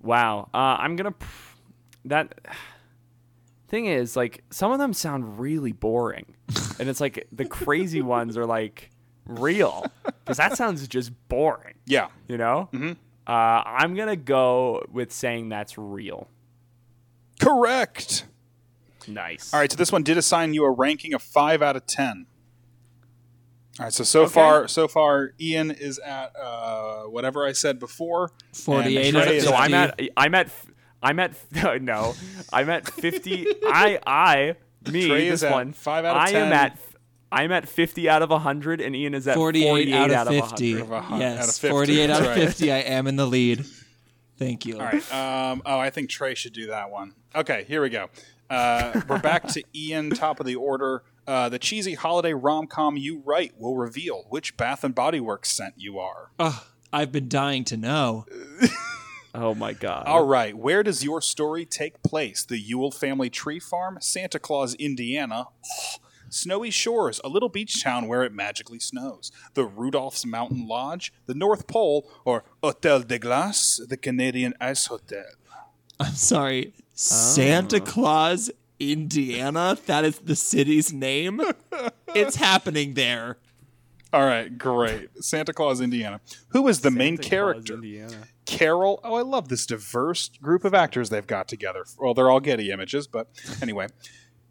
Speaker 1: Wow. Uh, I'm gonna. Pr- that thing is like some of them sound really boring, and it's like the crazy ones are like real because that sounds just boring.
Speaker 2: Yeah.
Speaker 1: You know. Mm-hmm. Uh, I'm gonna go with saying that's real.
Speaker 2: Correct.
Speaker 1: Nice.
Speaker 2: All right, so this one did assign you a ranking of five out of ten. All right, so so far, so far, Ian is at uh, whatever I said before. and
Speaker 3: 48 out
Speaker 2: Trey
Speaker 3: of
Speaker 2: is
Speaker 1: So I'm at.
Speaker 3: 50.
Speaker 1: I'm at. I'm at. [laughs] No, I'm at 50.
Speaker 2: [laughs]
Speaker 1: I. I. Me.
Speaker 2: Trey
Speaker 1: this
Speaker 2: is at
Speaker 1: one.
Speaker 2: five out of
Speaker 1: I
Speaker 2: 10.
Speaker 1: am at. I'm at 50 out of 100, and Ian is at 48,
Speaker 3: 48 out of 50.
Speaker 1: 100.
Speaker 2: a hun- out of
Speaker 3: Yes,
Speaker 2: 50,
Speaker 3: 48 out of
Speaker 2: that's right.
Speaker 3: 50. I am in the lead. Thank you.
Speaker 2: [laughs] All right. Um, oh, I think Trey should do that one. Okay, here we go. Uh, we're back to Ian, top of the order. Uh, the cheesy holiday rom com you write will reveal which Bath and Body Works scent you are.
Speaker 3: Ugh, I've been dying to know.
Speaker 1: Oh my god.
Speaker 2: All right, where does your story take place? The Yule family tree farm, Santa Claus, Indiana, snowy shores, a little beach town where it magically snows, the Rudolph's Mountain Lodge, the North Pole, or Hotel de Glace, the Canadian Ice Hotel.
Speaker 3: I'm sorry. Santa Claus, Indiana? That is the city's name? it's happening there.
Speaker 2: All right, great. Santa Claus, Indiana. Who is the main
Speaker 1: Santa Claus,
Speaker 2: character?
Speaker 1: Indiana.
Speaker 2: Carol. Oh, I love this diverse group of actors they've got together. Well, they're all Getty images, but anyway.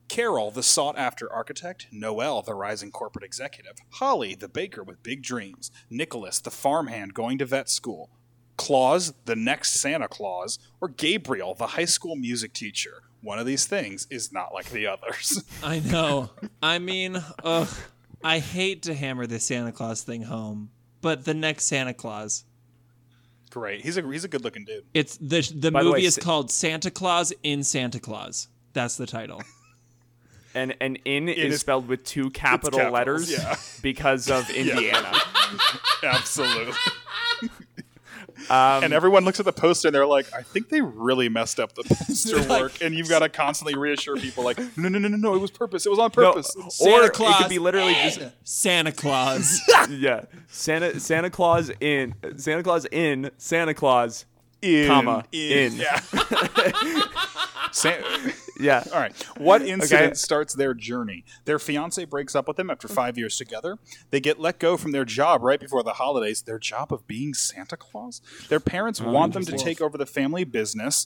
Speaker 2: Carol, the sought after architect, Noel, the rising corporate executive, Holly, the baker with big dreams, Nicholas, the farmhand going to vet school, Claus, the next Santa Claus, or Gabriel, the high school music teacher. One of these things is not like the others. [laughs]
Speaker 3: I know. I mean, ugh, I hate to hammer this Santa Claus thing home, but the next Santa Claus.
Speaker 2: Great. He's a, he's a good looking dude.
Speaker 3: It's the the
Speaker 1: By the
Speaker 3: movie
Speaker 1: way,
Speaker 3: is
Speaker 1: Sa-
Speaker 3: called Santa Claus in Santa Claus. That's the title.
Speaker 1: And and in is
Speaker 2: is-
Speaker 1: spelled with two capital
Speaker 2: capitals,
Speaker 1: letters
Speaker 2: yeah.
Speaker 1: [laughs] because
Speaker 2: [laughs]
Speaker 1: of Indiana.
Speaker 2: Absolutely.
Speaker 1: [laughs] Um,
Speaker 2: and everyone looks at the poster and they're like, I think they really
Speaker 1: [laughs]
Speaker 2: messed up the poster work. And you've got to constantly reassure people, like, no, no, no, no, no, it was purpose. It was on
Speaker 1: No,
Speaker 2: purpose.
Speaker 1: or
Speaker 3: Santa
Speaker 1: it
Speaker 3: Claus
Speaker 1: could be literally
Speaker 2: [laughs]
Speaker 1: just
Speaker 3: Santa Claus.
Speaker 1: yeah. Santa Santa Claus in Santa Claus in Santa Claus.
Speaker 2: in,
Speaker 1: comma, in.
Speaker 2: Yeah.
Speaker 1: [laughs]
Speaker 2: [laughs] Sa-
Speaker 1: Yeah.
Speaker 2: [laughs] All right. What incident starts their journey? Their fiance breaks up with them after five years together. They get let go from their job right before the holidays. Their job of being Santa Claus? Their parents want them to take over the family business.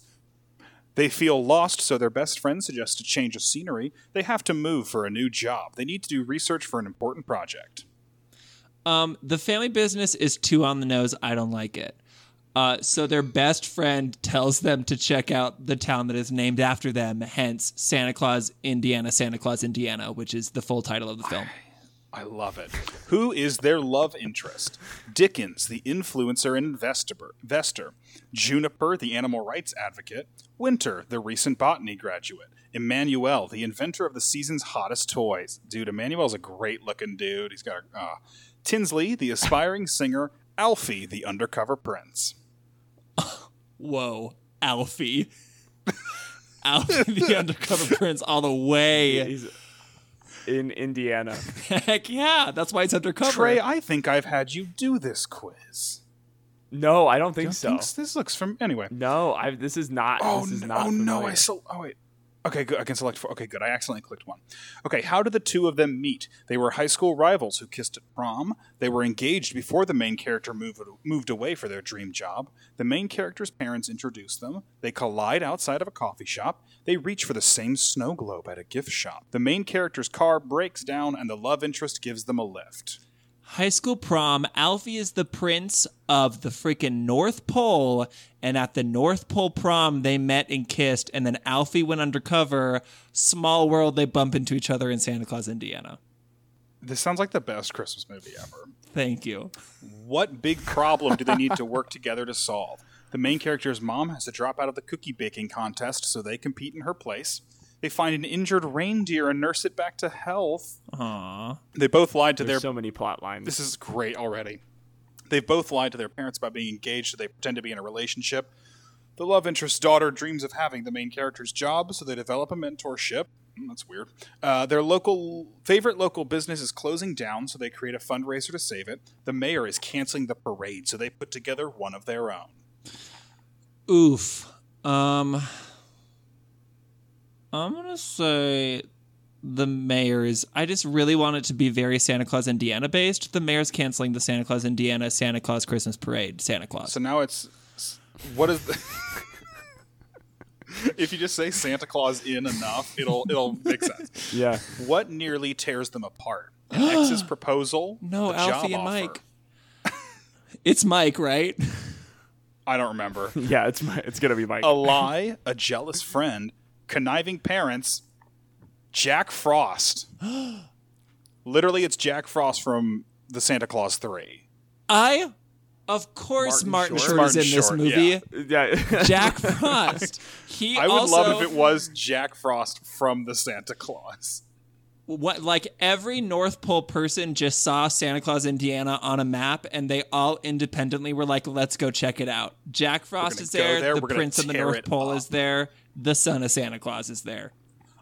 Speaker 2: They feel lost, so their best friend suggests a change of scenery. They have to move for a new job. They need to do research for an important project.
Speaker 3: Um, the family business is too on the nose. I don't like it. Uh, so their best friend tells them to check out the town that is named after them, hence Santa Claus, Indiana, Santa Claus, Indiana, which is the full title of the film.
Speaker 2: I love it. Who is their love interest? Dickens, the influencer and investor, investor. Juniper, the animal rights advocate. Winter, the recent botany graduate. Emmanuel, the inventor of the season's hottest toys. Dude, Emmanuel's a great looking dude. He's got a. Uh, Tinsley, the aspiring singer. Alfie, the undercover prince.
Speaker 3: Whoa, Alfie. [laughs] Alfie the undercover prince all the [laughs] way.
Speaker 1: He's in Indiana.
Speaker 3: Heck yeah, that's why it's undercover.
Speaker 2: Trey, I think I've had you do this quiz.
Speaker 1: No, I don't think
Speaker 2: Don't
Speaker 1: so.
Speaker 2: think s- this looks from. Anyway.
Speaker 1: No, I this is not
Speaker 2: Oh,
Speaker 1: this is
Speaker 2: no,
Speaker 1: not
Speaker 2: oh no! I
Speaker 1: familiar.
Speaker 2: so oh wait. Okay, good. I can select four. Okay, good. I accidentally clicked one. Okay, how did the two of them meet? They were high school rivals who kissed at prom. They were engaged before the main character moved moved away for their dream job. The main character's parents introduced them. They collide outside of a coffee shop. They reach for the same snow globe at a gift shop. The main character's car breaks down, and the love interest gives them a lift.
Speaker 3: High school prom, Alfie is the prince of the freaking North Pole. And at the North Pole prom, they met and kissed. And then Alfie went undercover. Small world, they bump into each other in Santa Claus, Indiana.
Speaker 2: This sounds like the best Christmas movie ever.
Speaker 3: Thank you.
Speaker 2: What big problem do they need to work together to solve? The main character's mom has to drop out of the cookie baking contest, so they compete in her place. They find an injured reindeer and nurse it back to health.
Speaker 3: Aww.
Speaker 2: They both lied to
Speaker 1: There's
Speaker 2: their.
Speaker 1: so many plot lines.
Speaker 2: this is great already. They've both lied to their parents about being engaged, so they pretend to be in a relationship. The love interest's daughter dreams of having the main character's job, so they develop a mentorship. Mm, That's weird. Uh, their local favorite local business is closing down, so they create a fundraiser to save it. The mayor is canceling the parade, so they put together one of their own.
Speaker 3: Oof. Um, I'm going to say the mayor's. I just really want it to be very Santa Claus, Indiana based. The mayor's canceling the Santa Claus, Indiana, Santa Claus Christmas parade, Santa Claus.
Speaker 2: So now it's What is? The... [laughs] if you just say Santa Claus in enough, it'll it'll make sense.
Speaker 1: Yeah. [laughs]
Speaker 2: What nearly tears them
Speaker 3: [gasps]
Speaker 2: apart? An ex's proposal.
Speaker 3: No,
Speaker 2: a job
Speaker 3: Alfie and
Speaker 2: offer.
Speaker 3: Mike. it's Mike, right?
Speaker 2: I don't
Speaker 3: [laughs]
Speaker 2: remember.
Speaker 1: Yeah, it's my, it's gonna be Mike.
Speaker 2: a lie, a jealous friend, conniving parents, Jack
Speaker 3: [gasps]
Speaker 2: Frost. Literally, it's Jack Frost from the Santa Claus Three.
Speaker 3: I, of course, Martin,
Speaker 2: Martin
Speaker 3: Short,
Speaker 2: Short. Martin
Speaker 3: is in this
Speaker 2: Short,
Speaker 3: movie.
Speaker 2: yeah.
Speaker 1: yeah. [laughs]
Speaker 3: Jack Frost.
Speaker 2: [laughs]
Speaker 3: He
Speaker 2: I would
Speaker 3: also,
Speaker 2: love if it was Jack Frost from the Santa Claus.
Speaker 3: what like every North Pole person just saw Santa Claus, Indiana on a map, and they all independently were like, "Let's go check it out." Jack Frost
Speaker 2: gonna
Speaker 3: is
Speaker 2: go
Speaker 3: there.
Speaker 2: there,
Speaker 3: The
Speaker 2: we're gonna
Speaker 3: Prince of the
Speaker 2: tear
Speaker 3: North
Speaker 2: it
Speaker 3: Pole
Speaker 2: up.
Speaker 3: is there. The son of Santa Claus is there.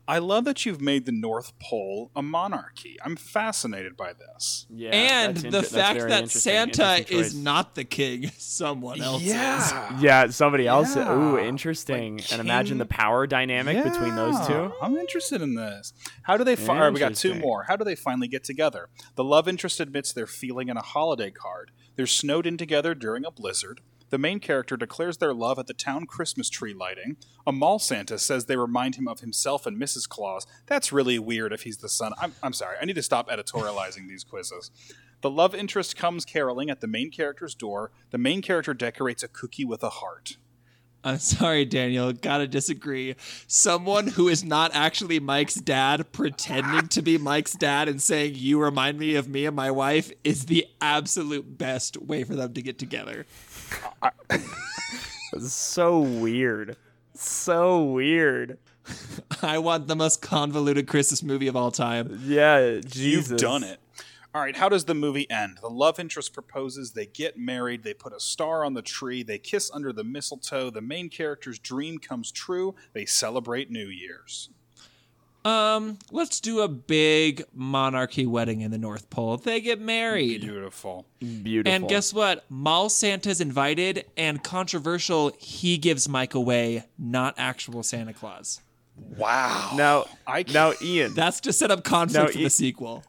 Speaker 2: I love that you've made the North Pole a monarchy. I'm fascinated by this.
Speaker 1: Yeah,
Speaker 3: and
Speaker 1: that's
Speaker 3: the
Speaker 1: inter- that's
Speaker 3: fact
Speaker 1: very
Speaker 3: that
Speaker 1: interesting,
Speaker 3: Santa
Speaker 1: interesting
Speaker 3: is
Speaker 1: choice.
Speaker 3: not the king, [laughs] someone else is.
Speaker 1: Yeah, somebody else.
Speaker 2: Yeah.
Speaker 1: Ooh, interesting.
Speaker 2: Like
Speaker 1: and imagine the
Speaker 2: king-
Speaker 1: power dynamic between those two.
Speaker 2: I'm interested in this. How do they fi- all right, we got two
Speaker 1: Interesting.
Speaker 2: more. How do they finally get together? The love interest admits their feeling in a holiday card. They're snowed in together during a blizzard. The main character declares their love at the town Christmas tree lighting. A mall Santa says they remind him of himself and Mrs. Claus. That's really weird if he's the son. I'm, I'm sorry. I need to stop editorializing these quizzes. The love interest comes caroling at the main character's door. The main character decorates a cookie with a heart.
Speaker 3: I'm sorry, Daniel. Gotta disagree. Someone who is not actually Mike's dad pretending to be Mike's dad and saying, You remind me of me and my wife is the absolute best way for them to get together.
Speaker 1: So weird. So weird.
Speaker 3: I want the most convoluted Christmas movie of all time.
Speaker 1: Yeah, Jesus.
Speaker 2: You've done it. All right, how does the movie end? The love interest proposes, they get married, they put a star on the tree, they kiss under the mistletoe, the main character's dream comes true, they celebrate New Year's.
Speaker 3: Um, let's do a big monarchy wedding in the North Pole. They get married.
Speaker 2: Beautiful.
Speaker 1: Beautiful.
Speaker 3: And guess what? Mall Santa's invited, and controversial, he gives Mike away, not actual Santa Claus.
Speaker 2: Wow.
Speaker 1: now,
Speaker 2: I can't-
Speaker 1: now, Ian.
Speaker 3: That's to set up conflict
Speaker 1: No,
Speaker 3: for
Speaker 1: e-
Speaker 3: the sequel.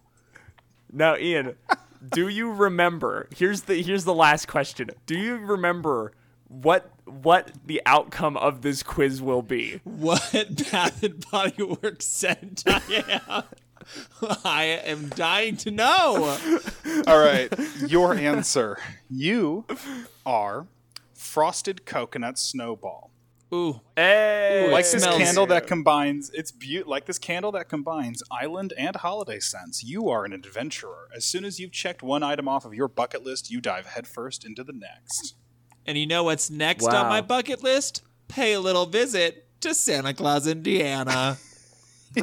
Speaker 1: Now, Ian, do you remember? Here's the here's the last question. Do you remember what what the outcome of this quiz will be?
Speaker 3: What [laughs] Bath and Body Works sent [laughs] I am. I am dying to know.
Speaker 2: All right, your answer. You are frosted coconut snowball.
Speaker 3: Ooh,
Speaker 1: Hey,
Speaker 3: Ooh,
Speaker 2: Like
Speaker 3: It
Speaker 2: this
Speaker 3: smells-
Speaker 2: candle that combines it's be- like this candle that combines island and holiday scents. You are an adventurer. As soon as you've checked one item off of your bucket list, you dive headfirst into the next.
Speaker 3: and you know what's next
Speaker 1: Wow.
Speaker 3: on my bucket list? Pay a little visit to Santa Claus, Indiana.
Speaker 2: All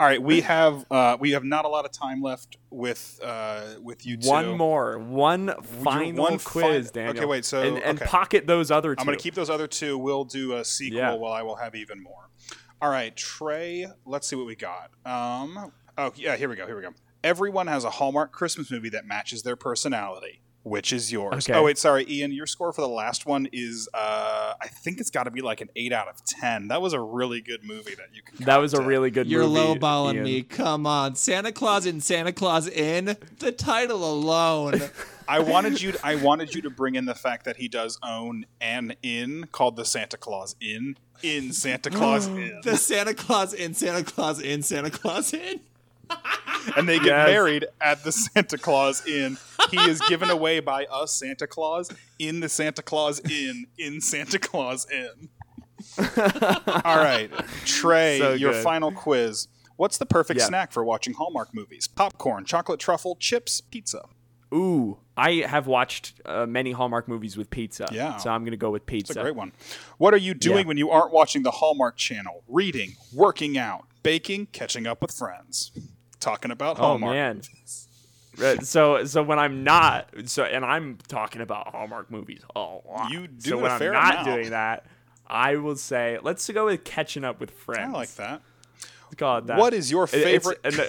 Speaker 2: right, we have uh, we have not a lot of time left with uh, with you two.
Speaker 1: One more, one final
Speaker 2: one
Speaker 1: quiz,
Speaker 2: fin-
Speaker 1: Daniel.
Speaker 2: Okay, wait, so-
Speaker 1: and, and
Speaker 2: okay.
Speaker 1: pocket those other two.
Speaker 2: I'm going to keep those other two. We'll do a sequel
Speaker 1: Yeah.
Speaker 2: while I will have even more. All right, Trey, let's see what we got. Um, oh, yeah, here we go. Here we go. Everyone has a Hallmark Christmas movie that matches their personality. Which is yours?
Speaker 1: Okay.
Speaker 2: Oh, wait, sorry, Ian. Your score for the last one is, uh, I think it's got to be like an 8 out of 10. That was a really good movie that you can
Speaker 1: That was a really [laughs] good.
Speaker 3: You're
Speaker 1: movie,
Speaker 3: lowballing
Speaker 1: Ian.
Speaker 3: me. Come on. Santa Claus in Santa Claus in the title alone.
Speaker 1: [laughs]
Speaker 2: I wanted you. To, I wanted you to bring in the fact that he does own an inn called the Santa Claus Inn in
Speaker 1: [gasps]
Speaker 2: Santa Claus Inn,
Speaker 3: the Santa Claus in Santa Claus in Santa Claus in.
Speaker 2: and they get
Speaker 1: Yes.
Speaker 2: married at the Santa Claus Inn. He is given away by us Santa Claus in the Santa Claus Inn in Santa Claus
Speaker 1: [laughs]
Speaker 2: Inn. All right, Trey,
Speaker 1: So
Speaker 2: your
Speaker 1: good.
Speaker 2: final quiz. What's the perfect
Speaker 1: Yeah.
Speaker 2: snack for watching Hallmark movies? Popcorn, chocolate truffle, chips, pizza.
Speaker 1: Ooh, I have watched uh, many Hallmark movies with pizza.
Speaker 2: Yeah.
Speaker 1: so I'm gonna go with pizza.
Speaker 2: It's a great one. What are you doing
Speaker 1: Yeah.
Speaker 2: when you aren't watching the Hallmark Channel? Reading, working out, baking, catching up with friends, talking about
Speaker 1: Oh
Speaker 2: Hallmark.
Speaker 1: man. Right, so so when I'm not so and I'm talking about Hallmark movies a lot.
Speaker 2: You do
Speaker 1: so when
Speaker 2: a
Speaker 1: I'm
Speaker 2: fair
Speaker 1: not
Speaker 2: amount.
Speaker 1: doing that, I will say let's go with catching up with friends.
Speaker 2: I like that.
Speaker 1: God, that
Speaker 2: What is your
Speaker 1: it- it's-
Speaker 2: favorite?
Speaker 1: and, uh,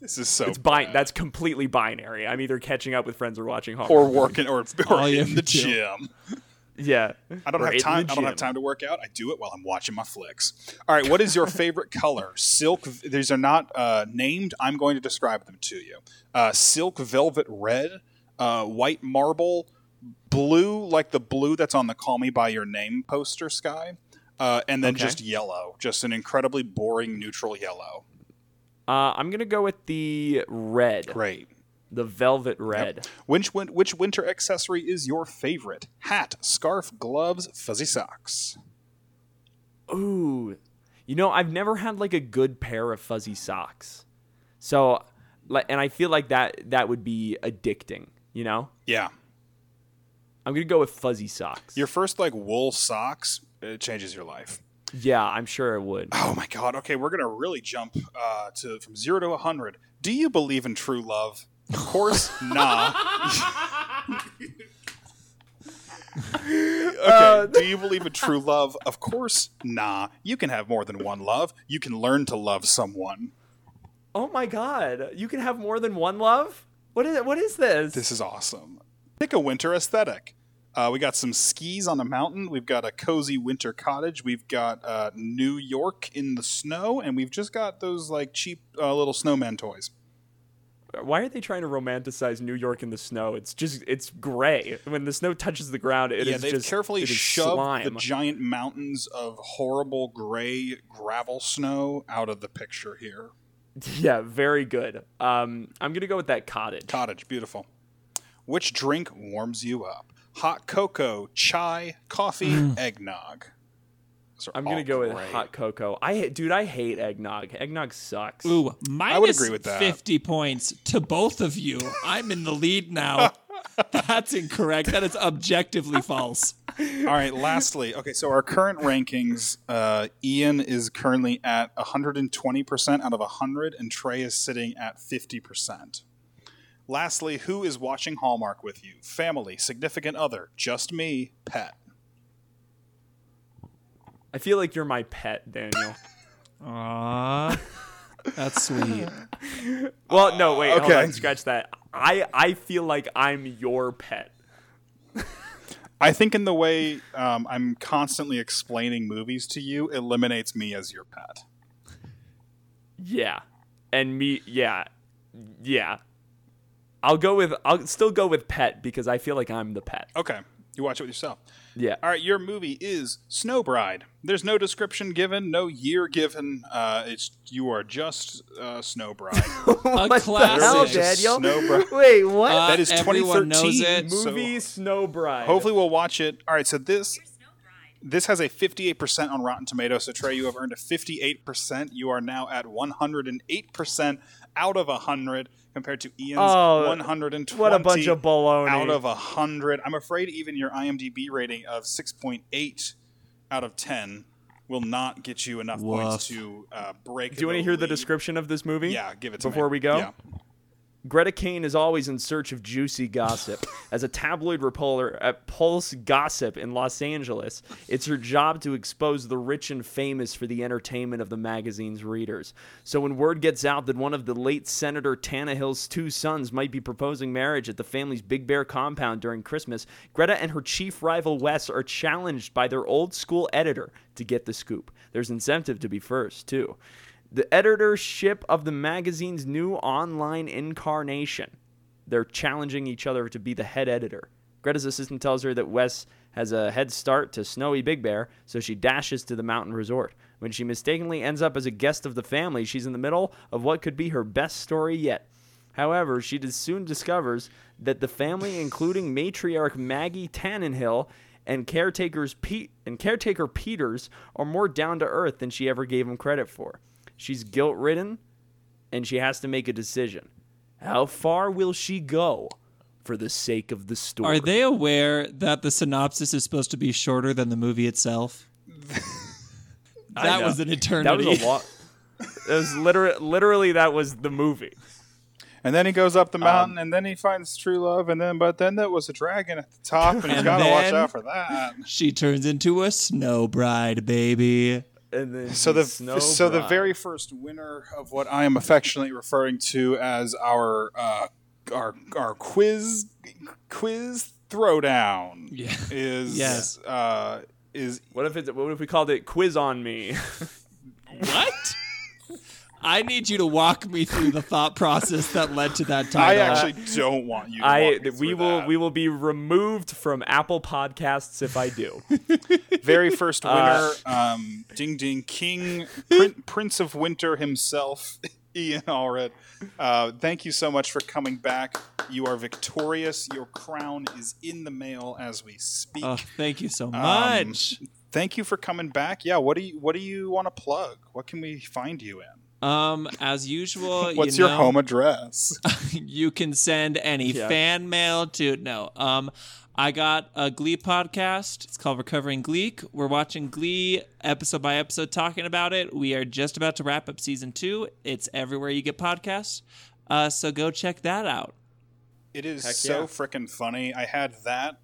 Speaker 2: this is so.
Speaker 1: it's bi-
Speaker 2: bad.
Speaker 1: that's completely binary. I'm either catching up with friends or watching Hallmark.
Speaker 2: or working or, [laughs] or
Speaker 3: All you
Speaker 2: in
Speaker 3: have
Speaker 2: the
Speaker 3: to do.
Speaker 2: gym.
Speaker 1: yeah,
Speaker 2: I don't
Speaker 1: or in
Speaker 2: have
Speaker 1: the
Speaker 2: time. I don't have
Speaker 1: gym.
Speaker 2: time to work out. I do it while I'm watching my flicks. All right. What is your favorite color? Silk. These are not uh, named. I'm going to describe them to you. Uh, silk velvet red, uh, white marble, blue like the blue that's on the "Call Me by Your Name" poster sky, uh, and then
Speaker 1: Okay.
Speaker 2: just yellow, just an incredibly boring neutral yellow.
Speaker 1: Uh, I'm gonna go with the red,
Speaker 2: Great.
Speaker 1: the velvet red.
Speaker 2: Which win- which winter accessory is your favorite? Hat, scarf, gloves, fuzzy socks.
Speaker 1: Ooh, you know, I've never had like a good pair of fuzzy socks, so like, and I feel like that that would be addicting. You know,
Speaker 2: Yeah,
Speaker 1: I'm gonna go with fuzzy socks.
Speaker 2: your first like wool socks it changes your life.
Speaker 1: yeah, I'm sure it would.
Speaker 2: Oh my god. Okay, we're gonna really jump uh, to from zero to hundred. Do you believe in true love? Of [laughs] course, nah. okay. do you believe in true love? Of course, nah. You can have more than one love. You can learn to love someone.
Speaker 1: Oh my god, you can have more than one love. What is what is this?
Speaker 2: This is awesome. Pick a winter aesthetic. Uh, we got some skis on a mountain. We've got a cozy winter cottage. We've got uh, New York in the snow, and we've just got those like cheap uh, little snowman toys.
Speaker 1: Why are they trying to romanticize New York in the snow? It's just it's gray when the snow touches the ground. It is
Speaker 2: yeah, they've
Speaker 1: just
Speaker 2: carefully
Speaker 1: it is
Speaker 2: shoved the
Speaker 1: slime.
Speaker 2: giant mountains of horrible gray gravel snow out of the picture here.
Speaker 1: yeah, very good. Um, I'm gonna go with that cottage.
Speaker 2: Cottage, beautiful. Which drink warms you up? Hot cocoa, chai, coffee, eggnog. Those are
Speaker 1: Mm. I'm gonna
Speaker 2: all
Speaker 1: go with
Speaker 2: great.
Speaker 1: hot cocoa. I ha- dude, I hate eggnog. Eggnog sucks.
Speaker 3: Ooh, minus
Speaker 2: would agree with that.
Speaker 3: 50 points to both of you. I'm in the lead now. That's incorrect. That is objectively false.
Speaker 2: All right. Lastly, okay. So our current rankings: uh, Ian is currently at 120 percent out of 100, and Trey is sitting at 50 percent. Lastly, who is watching Hallmark with you? Family, significant other, just me, pet.
Speaker 1: I feel like you're my pet, Daniel.
Speaker 3: Aww. That's sweet.
Speaker 1: [laughs] well, no, wait, hold
Speaker 2: okay.
Speaker 1: on, scratch that. I I feel like I'm your pet.
Speaker 2: I think in the way um, I'm constantly explaining movies to you eliminates me as your pet.
Speaker 1: Yeah, and me. Yeah, yeah. I'll go with. I'll still go with pet because I feel like I'm the pet.
Speaker 2: Okay, you watch it with yourself.
Speaker 1: Yeah.
Speaker 2: All right, your movie is Snowbride. There's no description given, no year given. Uh, it's you are just uh, Snowbride.
Speaker 1: [laughs]
Speaker 3: A
Speaker 1: What the Oh hell,
Speaker 2: Literally
Speaker 3: classic.
Speaker 2: just
Speaker 1: Daniel?
Speaker 2: Snowbride.
Speaker 1: [laughs] Wait, what?
Speaker 3: Uh,
Speaker 2: That is
Speaker 3: everyone knows
Speaker 2: 2013
Speaker 3: it.
Speaker 2: so-
Speaker 1: Movie Snowbride.
Speaker 2: Hopefully, we'll watch it. All right, so this
Speaker 4: Snow Bride.
Speaker 2: this has a 58% on Rotten Tomatoes. So Trey, you have earned a 58%. You are now at 108% out of 100 compared to Ian's
Speaker 1: Oh,
Speaker 2: 120.
Speaker 1: what a bunch of baloney.
Speaker 2: Out of 100. I'm afraid even your IMDb rating of 6.8 out of 10 will not get you enough points
Speaker 3: Woof.
Speaker 2: to uh, break.
Speaker 1: Do you want to
Speaker 2: the
Speaker 1: hear the
Speaker 2: lead.
Speaker 1: description of this movie?
Speaker 2: Yeah, give it to
Speaker 1: before
Speaker 2: me.
Speaker 1: we go?
Speaker 2: Yeah.
Speaker 1: Greta Kane is always in search of juicy gossip. As a tabloid reporter at Pulse Gossip in Los Angeles, it's her job to expose the rich and famous for the entertainment of the magazine's readers. So when word gets out that one of the late Senator Tannehill's two sons might be proposing marriage at the family's Big Bear compound during Christmas, Greta and her chief rival Wes are challenged by their old school editor to get the scoop. There's incentive to be first, too the editorship of the magazine's new online incarnation. They're challenging each other to be the head editor. Greta's assistant tells her that Wes has a head start to Snowy Big Bear, so she dashes to the mountain resort. When she mistakenly ends up as a guest of the family, she's in the middle of what could be her best story yet. However, she dis- soon discovers that the family, including matriarch Maggie Tannenhill and caretakers Pete and caretaker Peters, are more down to earth than she ever gave him credit for. She's guilt-ridden, and she has to make a decision. How far will she go for the sake of the story?
Speaker 3: Are they aware that the synopsis is supposed to be shorter than the movie itself? that
Speaker 1: know.
Speaker 3: was an
Speaker 1: that
Speaker 3: eternity.
Speaker 1: was a lot. That was literally, literally that was the movie.
Speaker 2: And then he goes up the mountain, and then he finds true love, and then but then there was a dragon at the top, and he's
Speaker 3: And
Speaker 2: got to watch
Speaker 3: then-
Speaker 2: out for that.
Speaker 3: She turns into a snow bride, baby.
Speaker 1: And then
Speaker 2: So the
Speaker 1: Snow
Speaker 2: so the
Speaker 1: Bride.
Speaker 2: very first winner of what I am affectionately referring to as our uh, our our quiz quiz throwdown
Speaker 3: Yeah.
Speaker 2: is
Speaker 3: Yes.
Speaker 2: uh, is
Speaker 1: what if it's, what if we called it Quiz on Me?
Speaker 3: What? [laughs] I need you to walk me through the thought process that led to that title.
Speaker 2: I actually don't want you. To
Speaker 1: uh, I
Speaker 2: walk me
Speaker 1: we
Speaker 2: through
Speaker 1: will
Speaker 2: that.
Speaker 1: we will be removed from Apple Podcasts if I do.
Speaker 2: very first
Speaker 3: Uh,
Speaker 2: winner,
Speaker 3: [laughs]
Speaker 2: um, ding ding king, prin- Prince of Winter himself, [laughs] Ian Allred. Uh, thank you so much for coming back. You are victorious. Your crown is in the mail as we speak.
Speaker 3: Oh, thank you
Speaker 2: Um,
Speaker 3: so much.
Speaker 2: Thank you for coming back. Yeah, what do you what do you want to plug? What can we find you in?
Speaker 3: Um, as
Speaker 2: [laughs]
Speaker 3: usual,
Speaker 2: What's
Speaker 3: you
Speaker 2: your
Speaker 3: know,
Speaker 2: home address?
Speaker 3: [laughs] you can send any
Speaker 1: Yeah.
Speaker 3: fan mail to no. Um, I got a Glee podcast. It's called Recovering Gleek. We're watching Glee episode by episode, talking about it. We are just about to wrap up season two. It's everywhere you get podcasts. Uh, so go check that out.
Speaker 2: It is
Speaker 1: Heck
Speaker 2: so
Speaker 1: yeah.
Speaker 2: frickin' funny. I had that.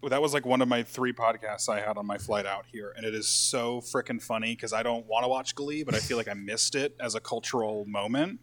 Speaker 2: well, That was like one of my three podcasts I had on my flight out here, and it is so frickin' funny because I don't want to watch Glee, but I feel like I missed it as a cultural moment.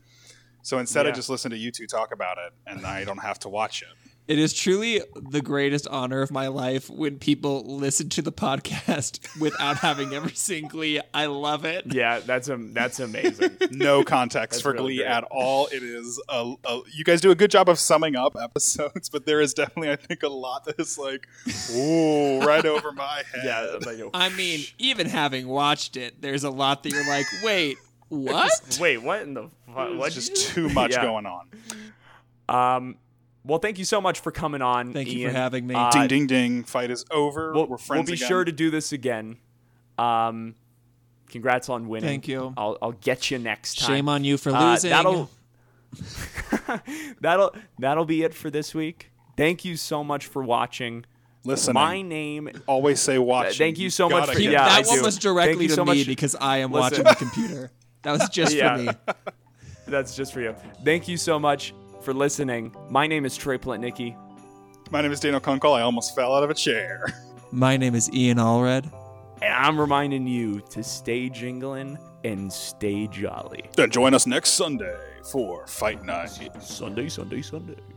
Speaker 2: So instead, I
Speaker 1: Yeah.
Speaker 2: just listen to you two talk about it, and I don't have to watch it.
Speaker 1: [laughs]
Speaker 3: It is truly the greatest honor of my life when people listen to the [laughs] podcast without having ever seen Glee. I love
Speaker 1: [laughs]
Speaker 3: it.
Speaker 1: yeah, that's um that's
Speaker 3: [laughs]
Speaker 1: amazing.
Speaker 2: No context for
Speaker 1: really
Speaker 2: Glee
Speaker 1: great.
Speaker 2: at all. It is a, a- you guys do a good job of summing up episodes, but there is definitely I think a lot that is like, ooh, right over my head.
Speaker 1: [laughs] yeah, like, oh,
Speaker 3: I mean, even having watched it, there's a lot that
Speaker 1: [laughs]
Speaker 3: you're like, wait, what?
Speaker 1: wait, what in the fu- what?
Speaker 2: it's just too much
Speaker 1: Yeah.
Speaker 2: going on.
Speaker 1: Um, well, thank you so much for coming on.
Speaker 3: Thank you
Speaker 1: Ian.
Speaker 3: for having me.
Speaker 1: Uh,
Speaker 2: ding ding ding fight is over
Speaker 1: We'll,
Speaker 2: we're friends
Speaker 1: we'll be
Speaker 2: again.
Speaker 1: sure to do this again. Um, congrats on winning.
Speaker 3: Thank you.
Speaker 1: I'll I'll get you next time.
Speaker 3: Shame on you for
Speaker 1: Uh,
Speaker 3: losing.
Speaker 1: that'll [laughs] that'll that'll be it for this week. Thank you so much for watching.
Speaker 2: listen
Speaker 1: My name.
Speaker 2: always say watch
Speaker 1: Thank you so much for-
Speaker 3: Keep-
Speaker 1: yeah, I
Speaker 3: that one
Speaker 1: do.
Speaker 3: was
Speaker 1: Thank
Speaker 3: directly
Speaker 1: you
Speaker 3: to
Speaker 1: so
Speaker 3: me
Speaker 1: much.
Speaker 3: because I am
Speaker 1: Listen.
Speaker 3: watching the computer. That was
Speaker 1: [laughs]
Speaker 3: just
Speaker 1: Yeah.
Speaker 3: for me.
Speaker 1: That's just for you. Thank you so much for listening. My name is Trey Plotnicki.
Speaker 2: my name is daniel kunkel i almost fell out of a chair [laughs]
Speaker 3: My name is Ian Allred.
Speaker 1: And I'm reminding you to stay jingling and stay jolly.
Speaker 2: then join us next sunday for fight night
Speaker 1: Sunday, Sunday, Sunday.